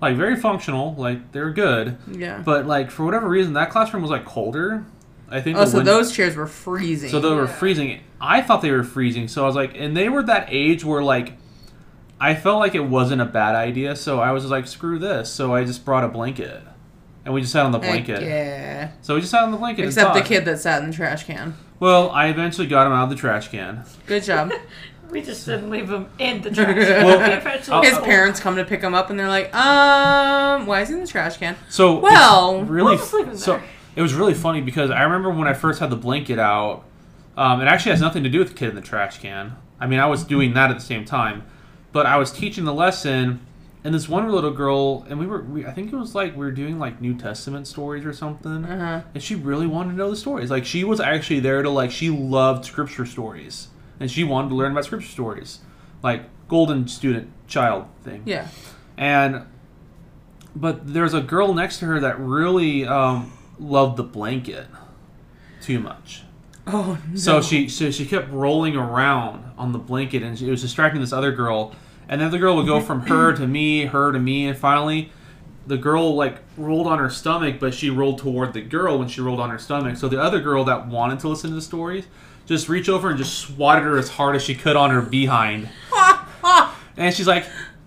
Speaker 2: like very functional, like they were good.
Speaker 1: Yeah.
Speaker 2: But like for whatever reason, that classroom was like colder. I think.
Speaker 1: oh,
Speaker 2: the
Speaker 1: so
Speaker 2: win-
Speaker 1: those chairs were freezing.
Speaker 2: So they were
Speaker 3: Yeah.
Speaker 2: freezing. I thought they were freezing. So I was like, and they were that age where like, I felt like it wasn't a bad idea. So I was just like, screw this. So I just brought a blanket, and we just sat on the
Speaker 1: Heck
Speaker 2: blanket.
Speaker 1: Yeah.
Speaker 2: So we just sat on the blanket. and
Speaker 1: Except the
Speaker 2: talked.
Speaker 1: kid that sat in the trash can.
Speaker 2: Well, I eventually got him out of the trash can.
Speaker 1: Good job.
Speaker 5: We just didn't leave them in the trash.
Speaker 2: Well,
Speaker 5: We eventually
Speaker 2: I'll-
Speaker 1: His
Speaker 5: sold-
Speaker 1: parents come to pick him up and they're like, um, why is he in the trash can?
Speaker 2: So it's
Speaker 1: Well,
Speaker 2: really,
Speaker 5: we'll just leave him
Speaker 2: so
Speaker 5: there.
Speaker 2: it was really funny because I remember when I first had the blanket out. Um, it actually has nothing to do with the kid in the trash can. I mean, I was doing that at the same time, but I was teaching the lesson, and this one little girl, and we were, we, I think it was like we were doing like New Testament stories or something,
Speaker 1: Uh-huh.
Speaker 2: and she really wanted to know the stories. Like she was actually there to like she loved scripture stories, and she wanted to learn about scripture stories, like golden student child thing.
Speaker 1: Yeah.
Speaker 2: And but there's a girl next to her that really um, loved the blanket too much.
Speaker 1: Oh, no.
Speaker 2: So she so she kept rolling around on the blanket and she, it was distracting this other girl. And then the girl would go from her to me, her to me, and finally the girl like rolled on her stomach, but she rolled toward the girl when she rolled on her stomach. So the other girl that wanted to listen to the stories just reached over and just swatted her as hard as she could on her behind. and she's like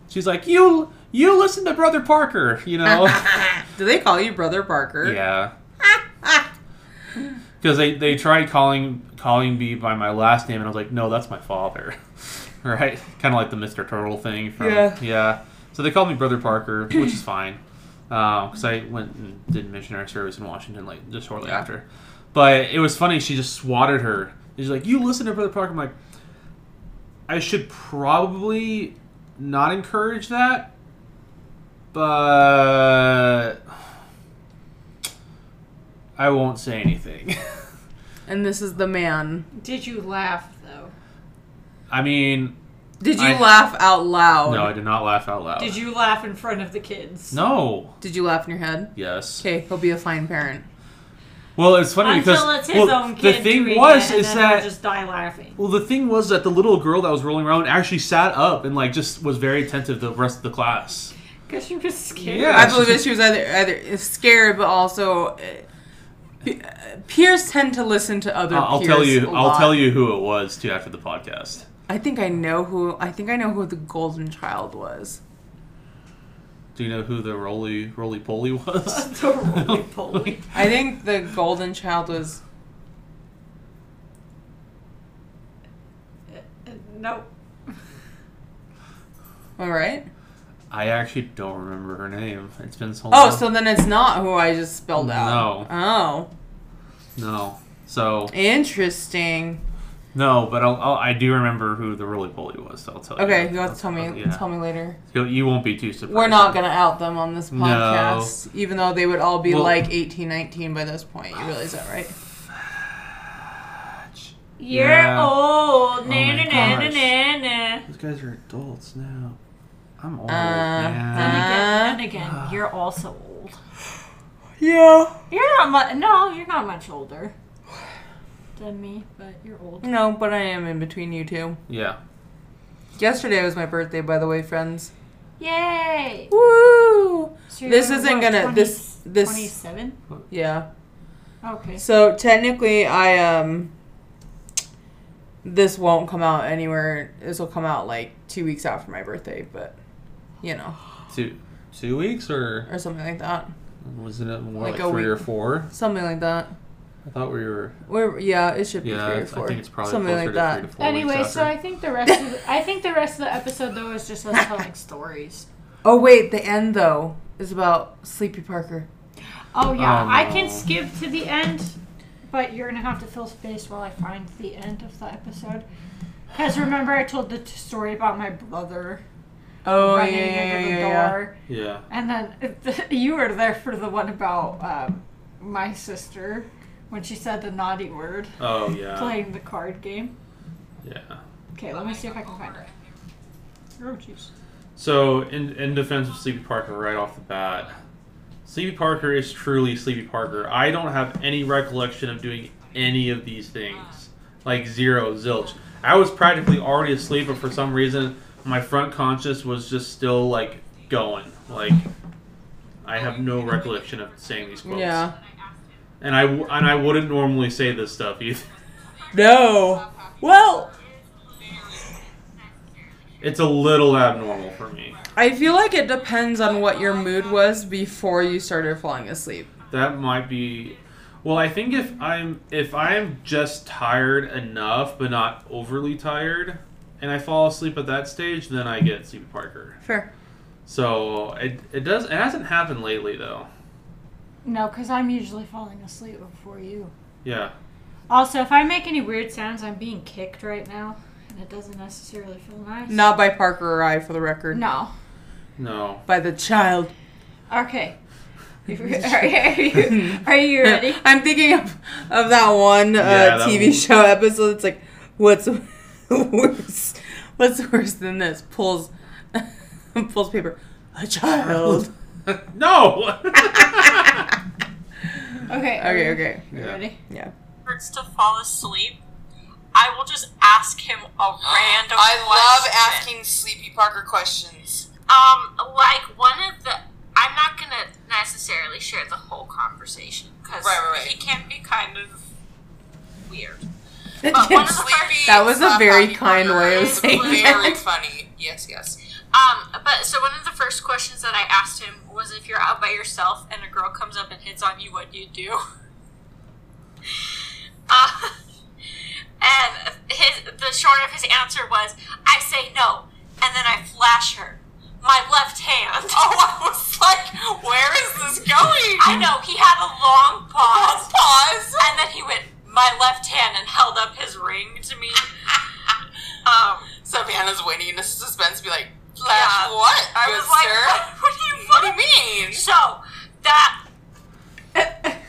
Speaker 2: she's like, You you listen to Brother Parker, you know?
Speaker 1: Do they call you Brother Parker?
Speaker 2: Yeah. Because they, they tried calling calling me by my last name, and I was like, no, that's my father. right? Kind of like the Mr. Turtle thing. From,
Speaker 1: Yeah.
Speaker 2: So they called me Brother Parker, which is fine. Because I went and did missionary service in Washington like just shortly
Speaker 1: Yeah.
Speaker 2: after. But it was funny. She just swatted her. She's like, you listen to Brother Parker. I'm like, I should probably not encourage that. But I won't say anything.
Speaker 1: And this is the man.
Speaker 5: Did you laugh though?
Speaker 2: I mean,
Speaker 1: Did you
Speaker 2: I-
Speaker 1: laugh out loud?
Speaker 2: no, I did not laugh out loud.
Speaker 5: Did you laugh in front of the kids?
Speaker 2: No.
Speaker 1: Did you laugh in your head?
Speaker 2: Yes.
Speaker 1: Okay, he'll be a fine parent.
Speaker 2: Well, it's funny
Speaker 5: Until
Speaker 2: because
Speaker 5: it's his
Speaker 2: well,
Speaker 5: own
Speaker 2: the
Speaker 5: kid.
Speaker 2: thing
Speaker 5: doing
Speaker 2: was
Speaker 5: it, and
Speaker 2: is
Speaker 5: then
Speaker 2: that
Speaker 5: he'll just die laughing.
Speaker 2: well, the thing was that the little girl that was rolling around actually sat up and like just was very attentive to the rest of the class.
Speaker 5: Because you were scared.
Speaker 2: Yeah.
Speaker 1: I believe that she was either either scared, but also uh, pe- uh, peers tend to listen to other.
Speaker 2: Uh, I'll
Speaker 1: peers
Speaker 2: tell
Speaker 1: a
Speaker 2: you. I'll
Speaker 1: lot.
Speaker 2: tell you who it was too after the podcast.
Speaker 1: I think I know who. I think I know who the golden child was.
Speaker 2: Do you know who the roly roly poly was?
Speaker 5: The roly-poly.
Speaker 1: I think the golden child was.
Speaker 5: Uh, no.
Speaker 1: All right.
Speaker 2: I actually don't remember her name. It's been so long.
Speaker 1: Oh, so then it's not who I just spelled out. Oh. No.
Speaker 2: no. So
Speaker 1: Oh, interesting.
Speaker 2: no, but I'll, I'll, I do remember who the roly poly was. So I'll tell you.
Speaker 1: Okay, you have to tell me.
Speaker 2: Yeah.
Speaker 1: Tell me later.
Speaker 2: You- You won't be too surprised.
Speaker 1: We're not gonna out them on this
Speaker 2: No.
Speaker 1: podcast, even though they would all be
Speaker 2: Well-
Speaker 1: like 18, 19 by this point. You realize that, right?
Speaker 5: You're
Speaker 2: Yeah. Oh
Speaker 5: old.
Speaker 2: my
Speaker 5: Na na na na na na.
Speaker 2: These guys are adults now. I'm
Speaker 1: Uh,
Speaker 2: old
Speaker 1: man. Uh,
Speaker 5: And again, you're also old.
Speaker 1: Yeah.
Speaker 5: You're not much. No, you're not much older than me, but you're old.
Speaker 1: No, but I am in between you two.
Speaker 2: yeah.
Speaker 1: Yesterday was my birthday, by the way, friends.
Speaker 5: Yay!
Speaker 1: Woo!
Speaker 5: So you're,
Speaker 1: This isn't gonna- this- this-
Speaker 5: Twenty-seven.
Speaker 1: Yeah.
Speaker 5: Okay.
Speaker 1: So technically, I um. This won't come out anywhere. This will come out like two weeks after my birthday, but you know,
Speaker 2: Two two weeks or
Speaker 1: or something like that.
Speaker 2: was it more
Speaker 1: Like
Speaker 2: like,
Speaker 1: a
Speaker 2: three or
Speaker 1: week.
Speaker 2: four?
Speaker 1: Something like that.
Speaker 2: I thought we were.
Speaker 1: We're, yeah, it should be
Speaker 2: Yeah,
Speaker 1: three or
Speaker 2: it's- I
Speaker 1: four.
Speaker 2: think it's probably
Speaker 1: something
Speaker 2: closer
Speaker 1: like
Speaker 2: to three
Speaker 1: that.
Speaker 2: to four.
Speaker 5: Anyway,
Speaker 2: weeks
Speaker 5: so I
Speaker 2: after.
Speaker 5: think the rest of the, I think the rest of the episode though is just us telling stories.
Speaker 1: Oh wait, the end though is about Sleepy Parker.
Speaker 5: Oh yeah,
Speaker 2: Oh,
Speaker 5: I
Speaker 2: no.
Speaker 5: can skip to the end, but you're gonna have to fill space while I find the end of the episode. Because remember, I told the t- story about my brother
Speaker 1: Oh
Speaker 5: running into the door,
Speaker 2: yeah,
Speaker 5: and then you were there for the one about um, my sister when she said the naughty word
Speaker 2: oh yeah,
Speaker 5: playing the card game.
Speaker 2: yeah.
Speaker 5: Okay, let me see if I can find it. Oh jeez.
Speaker 2: So, in, in defense of Sleepy Parker, right off the bat, Sleepy Parker is truly Sleepy Parker. I don't have any recollection of doing any of these things. Like, zero, zilch. I was practically already asleep, but for some reason, my front conscious was just still, like, going. Like, I have no recollection of saying these quotes.
Speaker 1: Yeah.
Speaker 2: And I, w- and I wouldn't normally say this stuff either.
Speaker 1: No. Well,
Speaker 2: It's a little abnormal for me.
Speaker 1: I feel like it depends on what your mood was before you started falling asleep.
Speaker 2: That might be. Well, I think if I'm if I'm just tired enough, but not overly tired, and I fall asleep at that stage, then I get Sleepy Parker.
Speaker 1: Fair.
Speaker 2: So it it does it hasn't happened lately though.
Speaker 5: No, because I'm usually falling asleep before you.
Speaker 2: Yeah.
Speaker 5: Also, if I make any weird sounds, I'm being kicked right now, and it doesn't necessarily feel nice.
Speaker 1: Not by Parker or I, for the record.
Speaker 5: No.
Speaker 2: No.
Speaker 1: By the child.
Speaker 5: Okay. are, you, are you ready?
Speaker 1: I'm thinking of, of that one uh,
Speaker 2: Yeah, that
Speaker 1: TV
Speaker 2: one.
Speaker 1: show episode. It's like, what's worse? What's worse than this? Pulls, pulls paper. A child.
Speaker 2: no.
Speaker 5: Okay. are
Speaker 1: Okay.
Speaker 5: you-
Speaker 1: Okay.
Speaker 5: You
Speaker 2: Yeah.
Speaker 5: ready?
Speaker 1: Yeah.
Speaker 4: hurts to fall asleep, I will just ask him a random.
Speaker 6: I love
Speaker 4: question.
Speaker 6: asking Sleepy Parker questions.
Speaker 4: Um, like one of the. I'm not gonna necessarily share the whole conversation because
Speaker 6: Right, right, right.
Speaker 4: he can be kind of weird. But one of the first,
Speaker 6: Sleepy.
Speaker 1: That was a
Speaker 6: slapped
Speaker 1: very
Speaker 6: Happy
Speaker 1: kind
Speaker 6: Parker
Speaker 1: way of
Speaker 6: is
Speaker 1: saying
Speaker 6: Very
Speaker 1: that.
Speaker 6: funny. Yes, yes.
Speaker 4: um, but so one of the first questions that I asked him was if you're out by yourself and a girl comes up and hits on you, what do you do? uh, and his the short of his answer was, I say no, and then I flash her my left hand.
Speaker 6: Oh, I was like, where is this going?
Speaker 4: I know he had a long pause.
Speaker 6: Pause.
Speaker 4: And then he went my left hand and held up his ring to me. um,
Speaker 6: Savannah's waiting in suspense, be like, flash
Speaker 4: Yeah.
Speaker 6: what?
Speaker 4: I
Speaker 6: good
Speaker 4: was like,
Speaker 6: sir?
Speaker 4: what do you
Speaker 6: What do
Speaker 4: want?
Speaker 6: you mean?
Speaker 4: So that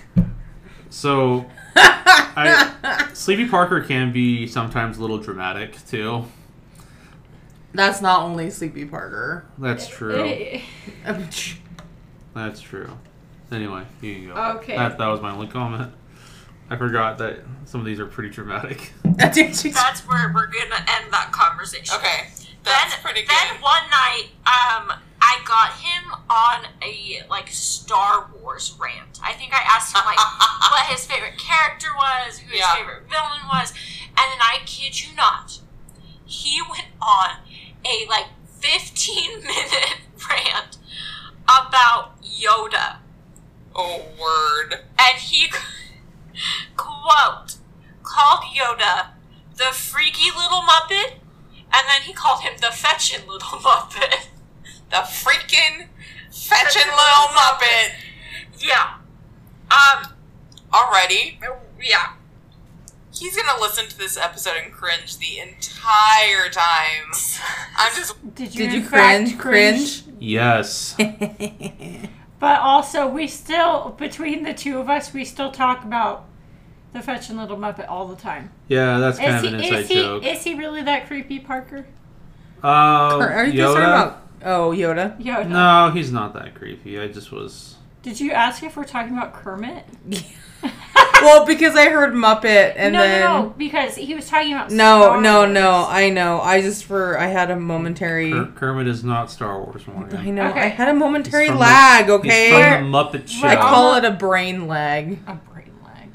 Speaker 2: So I, Sleepy Parker can be sometimes a little dramatic too.
Speaker 1: That's not only Sleepy Parker.
Speaker 2: That's true.
Speaker 5: Eh,
Speaker 2: That's true. Anyway, you can go.
Speaker 5: Okay.
Speaker 2: That, that was my only comment. I forgot that some of these are pretty dramatic.
Speaker 4: that's where we're gonna end that conversation.
Speaker 6: Okay, that's
Speaker 4: then,
Speaker 6: pretty good.
Speaker 4: Then one night, um, I got him on a like Star Wars rant. I think I asked him like what his favorite character was, who his
Speaker 6: Yeah.
Speaker 4: favorite villain was, and then I kid you not, he went on a like fifteen minute rant about Yoda
Speaker 6: oh, word.
Speaker 4: and he quote called Yoda the freaky little muppet, and then he called him the fetchin' little muppet.
Speaker 6: The freaking fetching little muppet.
Speaker 4: Yeah. Um.
Speaker 6: Alrighty.
Speaker 4: Yeah.
Speaker 6: He's gonna listen to this episode and cringe the entire time. I'm just.
Speaker 5: Did you,
Speaker 1: Did you
Speaker 5: in
Speaker 1: cringe?
Speaker 5: fact
Speaker 1: Cringe?
Speaker 2: Yes.
Speaker 5: But also, we still between the two of us, we still talk about the fetching little Muppet all the time.
Speaker 2: Yeah, that's kind
Speaker 5: Is he
Speaker 2: of an inside
Speaker 5: is he
Speaker 2: joke.
Speaker 5: is he really that creepy, Parker?
Speaker 2: Um,
Speaker 1: Or Are you guys
Speaker 2: Yoda?
Speaker 1: talking about? Oh, Yoda.
Speaker 5: Yoda.
Speaker 2: No, he's not that creepy. I just was.
Speaker 5: Did you ask if we're talking about Kermit?
Speaker 1: Well, because I heard Muppet and
Speaker 5: no,
Speaker 1: then.
Speaker 5: no, no, because he was talking about
Speaker 1: No,
Speaker 5: Star
Speaker 1: no,
Speaker 5: Wars.
Speaker 1: no. I know. I just for I had a momentary.
Speaker 2: Ker- Kermit is not Star Wars, Morgan.
Speaker 1: I know.
Speaker 5: Okay.
Speaker 1: I had a momentary
Speaker 2: He's from the-
Speaker 1: lag.
Speaker 2: He's
Speaker 1: Okay.
Speaker 2: from the Muppet Show.
Speaker 1: I call it a brain lag.
Speaker 5: A brain lag.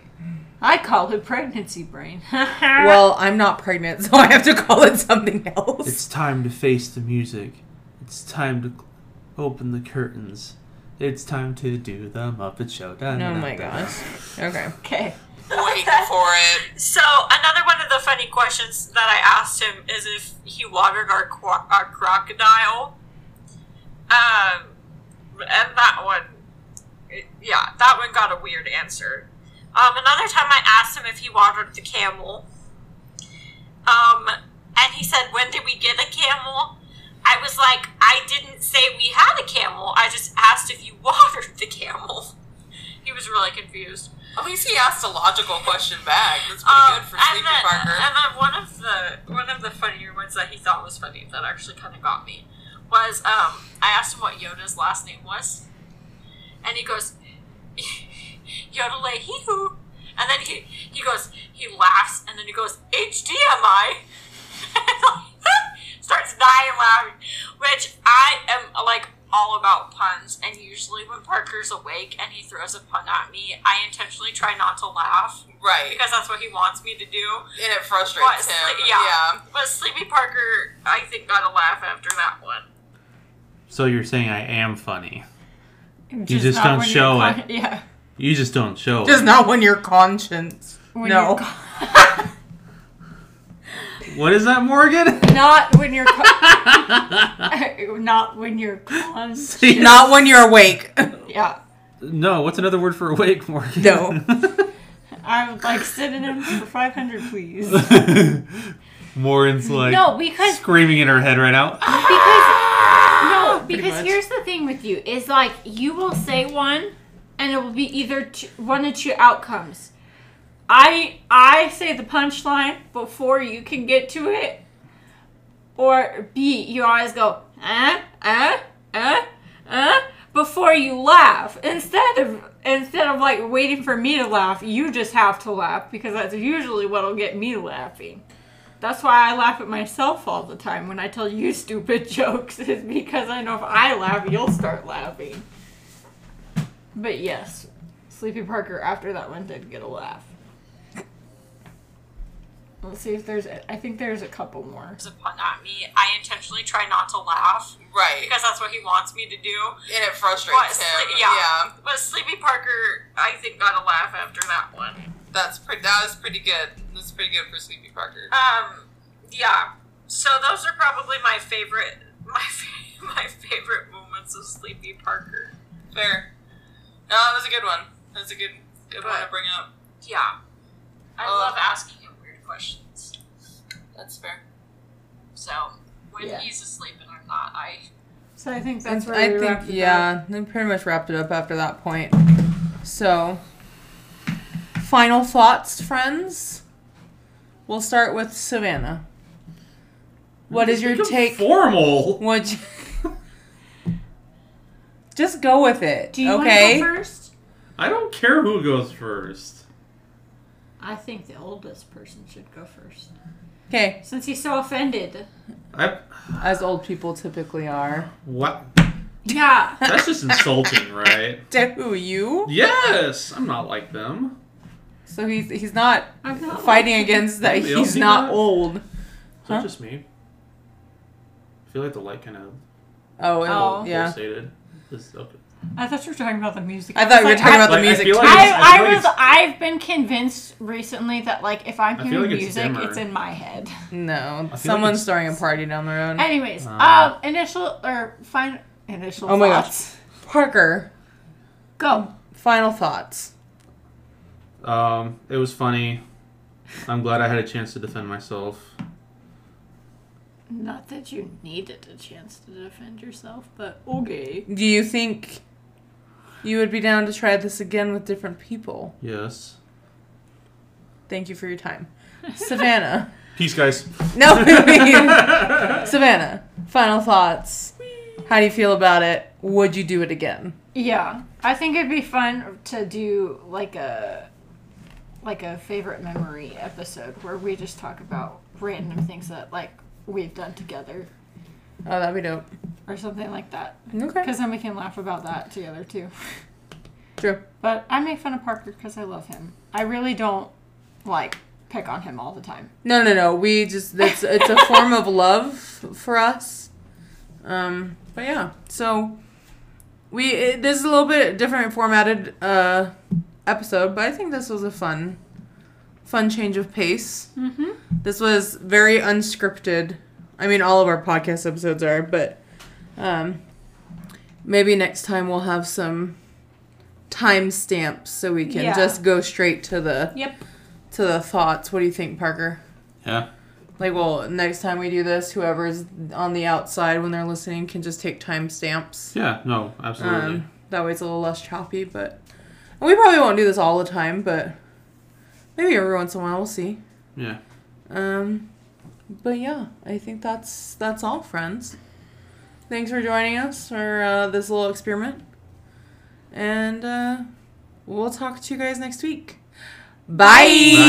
Speaker 5: I call it pregnancy brain.
Speaker 1: Well, I'm not pregnant, so I have to call it something else.
Speaker 2: it's time to face the music. It's time to cl- open the curtains. It's time to do the Muppet Show.
Speaker 1: oh my gosh. Okay.
Speaker 5: okay.
Speaker 6: waiting for it.
Speaker 4: So another one of the funny questions that I asked him is if he watered our, qu- our crocodile. Um, and that one, yeah, that one got a weird answer. Um, another time I asked him if he watered the camel. Um, and he said, "When did we get a camel?" I was like, "I didn't say we had a camel. I just asked if you watered the camel." He was really confused.
Speaker 6: At least he asked a logical question back. That's pretty
Speaker 4: Um,
Speaker 6: good for
Speaker 4: and
Speaker 6: Sleepy
Speaker 4: then,
Speaker 6: Parker.
Speaker 4: and then one of the one of the funnier ones that he thought was funny that actually kind of got me was um, I asked him what Yoda's last name was, and he goes, "Yoda lay hee hoo," and then he he goes he laughs and then he goes HDMI, starts dying laughing, which I am like all about puns and usually when Parker's awake and he throws a pun at me, I intentionally try not to laugh
Speaker 6: right.
Speaker 4: because that's what he wants me to do.
Speaker 6: And it frustrates
Speaker 4: What,
Speaker 6: him.
Speaker 4: sle- yeah.
Speaker 6: yeah.
Speaker 4: But Sleepy Parker, I think, got a laugh after that one.
Speaker 2: So you're saying I am funny.
Speaker 5: Just
Speaker 2: just
Speaker 5: not
Speaker 2: don't
Speaker 5: when you're
Speaker 2: show
Speaker 5: con-
Speaker 2: it.
Speaker 5: Yeah.
Speaker 2: You just don't show
Speaker 1: Just not when your conscience.
Speaker 5: When
Speaker 1: no.
Speaker 5: you're con-
Speaker 2: it. What is that, Morgan?
Speaker 5: not when you're con- not when you're cons.
Speaker 1: Not when you're awake.
Speaker 5: Yeah.
Speaker 2: no, what's another word for awake, Morgan?
Speaker 1: No.
Speaker 5: I would like synonyms for 500, please.
Speaker 2: Morgan's like
Speaker 5: No, because
Speaker 2: screaming in her head right now.
Speaker 5: because no, because
Speaker 1: much.
Speaker 5: here's the thing with you is like you will say one, and it will be either two, one of two outcomes. I I say the punchline before you can get to it, or B you always go eh eh eh eh before you laugh instead of instead of like waiting for me to laugh you just have to laugh because that's usually what'll get me laughing that's why I laugh at myself all the time when I tell you stupid jokes, is because I know if I laugh, you'll start laughing. But yes, Sleepy Parker after that one did get a laugh. Let's see if there's. I think there's a couple more.
Speaker 4: There's a pun at me. I intentionally try not to laugh
Speaker 6: Right.
Speaker 4: because that's what he wants me to do.
Speaker 6: And it frustrates
Speaker 4: But,
Speaker 6: him.
Speaker 4: Sle-
Speaker 6: Yeah.
Speaker 4: yeah. but Sleepy Parker, I think, got a laugh after that one.
Speaker 6: That's pretty. That was pretty good. That's pretty good for Sleepy Parker.
Speaker 4: Um, yeah. So those are probably my favorite, my fa- my favorite moments of Sleepy Parker.
Speaker 6: Fair. No, that was a good one. That's a good good one to
Speaker 4: But-
Speaker 6: bring up.
Speaker 4: Yeah, I
Speaker 6: Uh,
Speaker 4: love asking him weird questions.
Speaker 6: That's fair.
Speaker 4: So when
Speaker 5: Yeah.
Speaker 4: he's asleep and I'm not, I
Speaker 5: So I think that's where
Speaker 1: I
Speaker 5: we
Speaker 1: think
Speaker 5: wrapped it up.
Speaker 1: yeah, they pretty much wrapped it up after that point. So, final thoughts, friends. We'll start with Savannah. What is your
Speaker 2: Become
Speaker 1: take?
Speaker 2: Formal.
Speaker 1: Would you... just go with it?
Speaker 5: Do you
Speaker 1: okay.
Speaker 5: want to go first?
Speaker 2: I don't care who goes first.
Speaker 5: I think the oldest person should go first,
Speaker 1: Okay,
Speaker 5: since he's so offended.
Speaker 2: I
Speaker 1: as old people typically are.
Speaker 2: what?
Speaker 5: Yeah.
Speaker 2: That's just insulting, right?
Speaker 1: Who you?
Speaker 2: Yes, I'm not like them.
Speaker 1: So he's he's not
Speaker 5: I'm not
Speaker 1: fighting against that.
Speaker 2: Nobody else
Speaker 1: He's
Speaker 2: do
Speaker 1: not
Speaker 2: that?
Speaker 1: old.
Speaker 2: Is
Speaker 1: Huh?
Speaker 2: that just me? I feel like the light kind of
Speaker 1: Oh,
Speaker 5: Oh.
Speaker 1: yeah.
Speaker 2: pulsated. This- okay.
Speaker 5: I thought you were talking about the music.
Speaker 1: I thought you were
Speaker 5: Like,
Speaker 1: talking about
Speaker 2: Like, I
Speaker 1: the music.
Speaker 2: feel
Speaker 1: too.
Speaker 2: like it's-
Speaker 5: I,
Speaker 2: feel
Speaker 5: I
Speaker 2: like
Speaker 5: was.
Speaker 2: it's-
Speaker 5: I've been convinced recently that like if I'm
Speaker 2: I feel
Speaker 5: hearing
Speaker 2: like it's
Speaker 5: music,
Speaker 2: dimmer.
Speaker 5: it's in my head.
Speaker 1: No,
Speaker 2: like
Speaker 1: someone's
Speaker 2: it's-
Speaker 1: starting a party down the road.
Speaker 5: Anyways,
Speaker 2: Ah.
Speaker 5: um, initial or final initial.
Speaker 1: oh my god,
Speaker 5: thoughts.
Speaker 1: Parker!
Speaker 5: Go.
Speaker 1: Final thoughts.
Speaker 2: Um, it was funny. I'm glad I had a chance to defend myself.
Speaker 5: Not that you needed a chance to defend yourself, but okay.
Speaker 1: Do you think you would be down to try this again with different people?
Speaker 2: Yes.
Speaker 1: Thank you for your time, Savannah.
Speaker 2: Peace, guys.
Speaker 1: no, I mean, Savannah. Final thoughts. How do you feel about it? Would you do it again?
Speaker 5: Yeah, I think it'd be fun to do like a like a favorite memory episode where we just talk about random things that like we've done together
Speaker 1: Oh, that'd be dope.
Speaker 5: or something like that.
Speaker 1: Okay,
Speaker 5: Because then we can laugh about that together too.
Speaker 1: true.
Speaker 5: But I make fun of Parker because I love him. I really don't like pick on him all the time.
Speaker 1: No, no, no. We just it's it's a form of love for us. Um, but yeah, so we it, this is a little bit different formatted uh episode, but I think this was a fun
Speaker 6: Fun change of pace.
Speaker 5: Mm-hmm.
Speaker 6: This was very unscripted. I mean, all of our podcast episodes are, but um, maybe next time we'll have some time stamps so we can
Speaker 5: Yeah.
Speaker 6: just go straight to the
Speaker 5: Yep.
Speaker 6: to the thoughts. What do you think, Parker?
Speaker 2: Yeah.
Speaker 6: Like, well, next time we do this, whoever's on the outside when they're listening can just take time stamps.
Speaker 2: Yeah. No. Absolutely.
Speaker 6: Um, that way it's a little less choppy, but and we probably won't do this all the time, but maybe every once in a while we'll see.
Speaker 2: yeah.
Speaker 6: Um, but yeah, I think that's that's all, friends. Thanks for joining us for uh, this little experiment, and uh, we'll talk to you guys next week. Bye.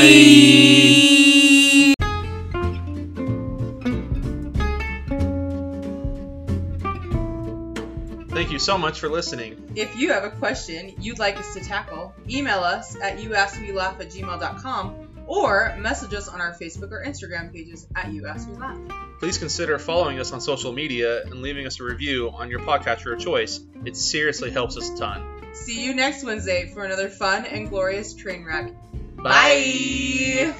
Speaker 7: Thank you so much for listening.
Speaker 6: If you have a question you'd like us to tackle, email us at youaskmelaugh at gmail.com or message us on our Facebook or Instagram pages at youaskmelaugh.
Speaker 7: Please consider following us on social media and leaving us a review on your podcatcher of choice. It seriously helps us a ton.
Speaker 6: See you next Wednesday for another fun and glorious train wreck. Bye.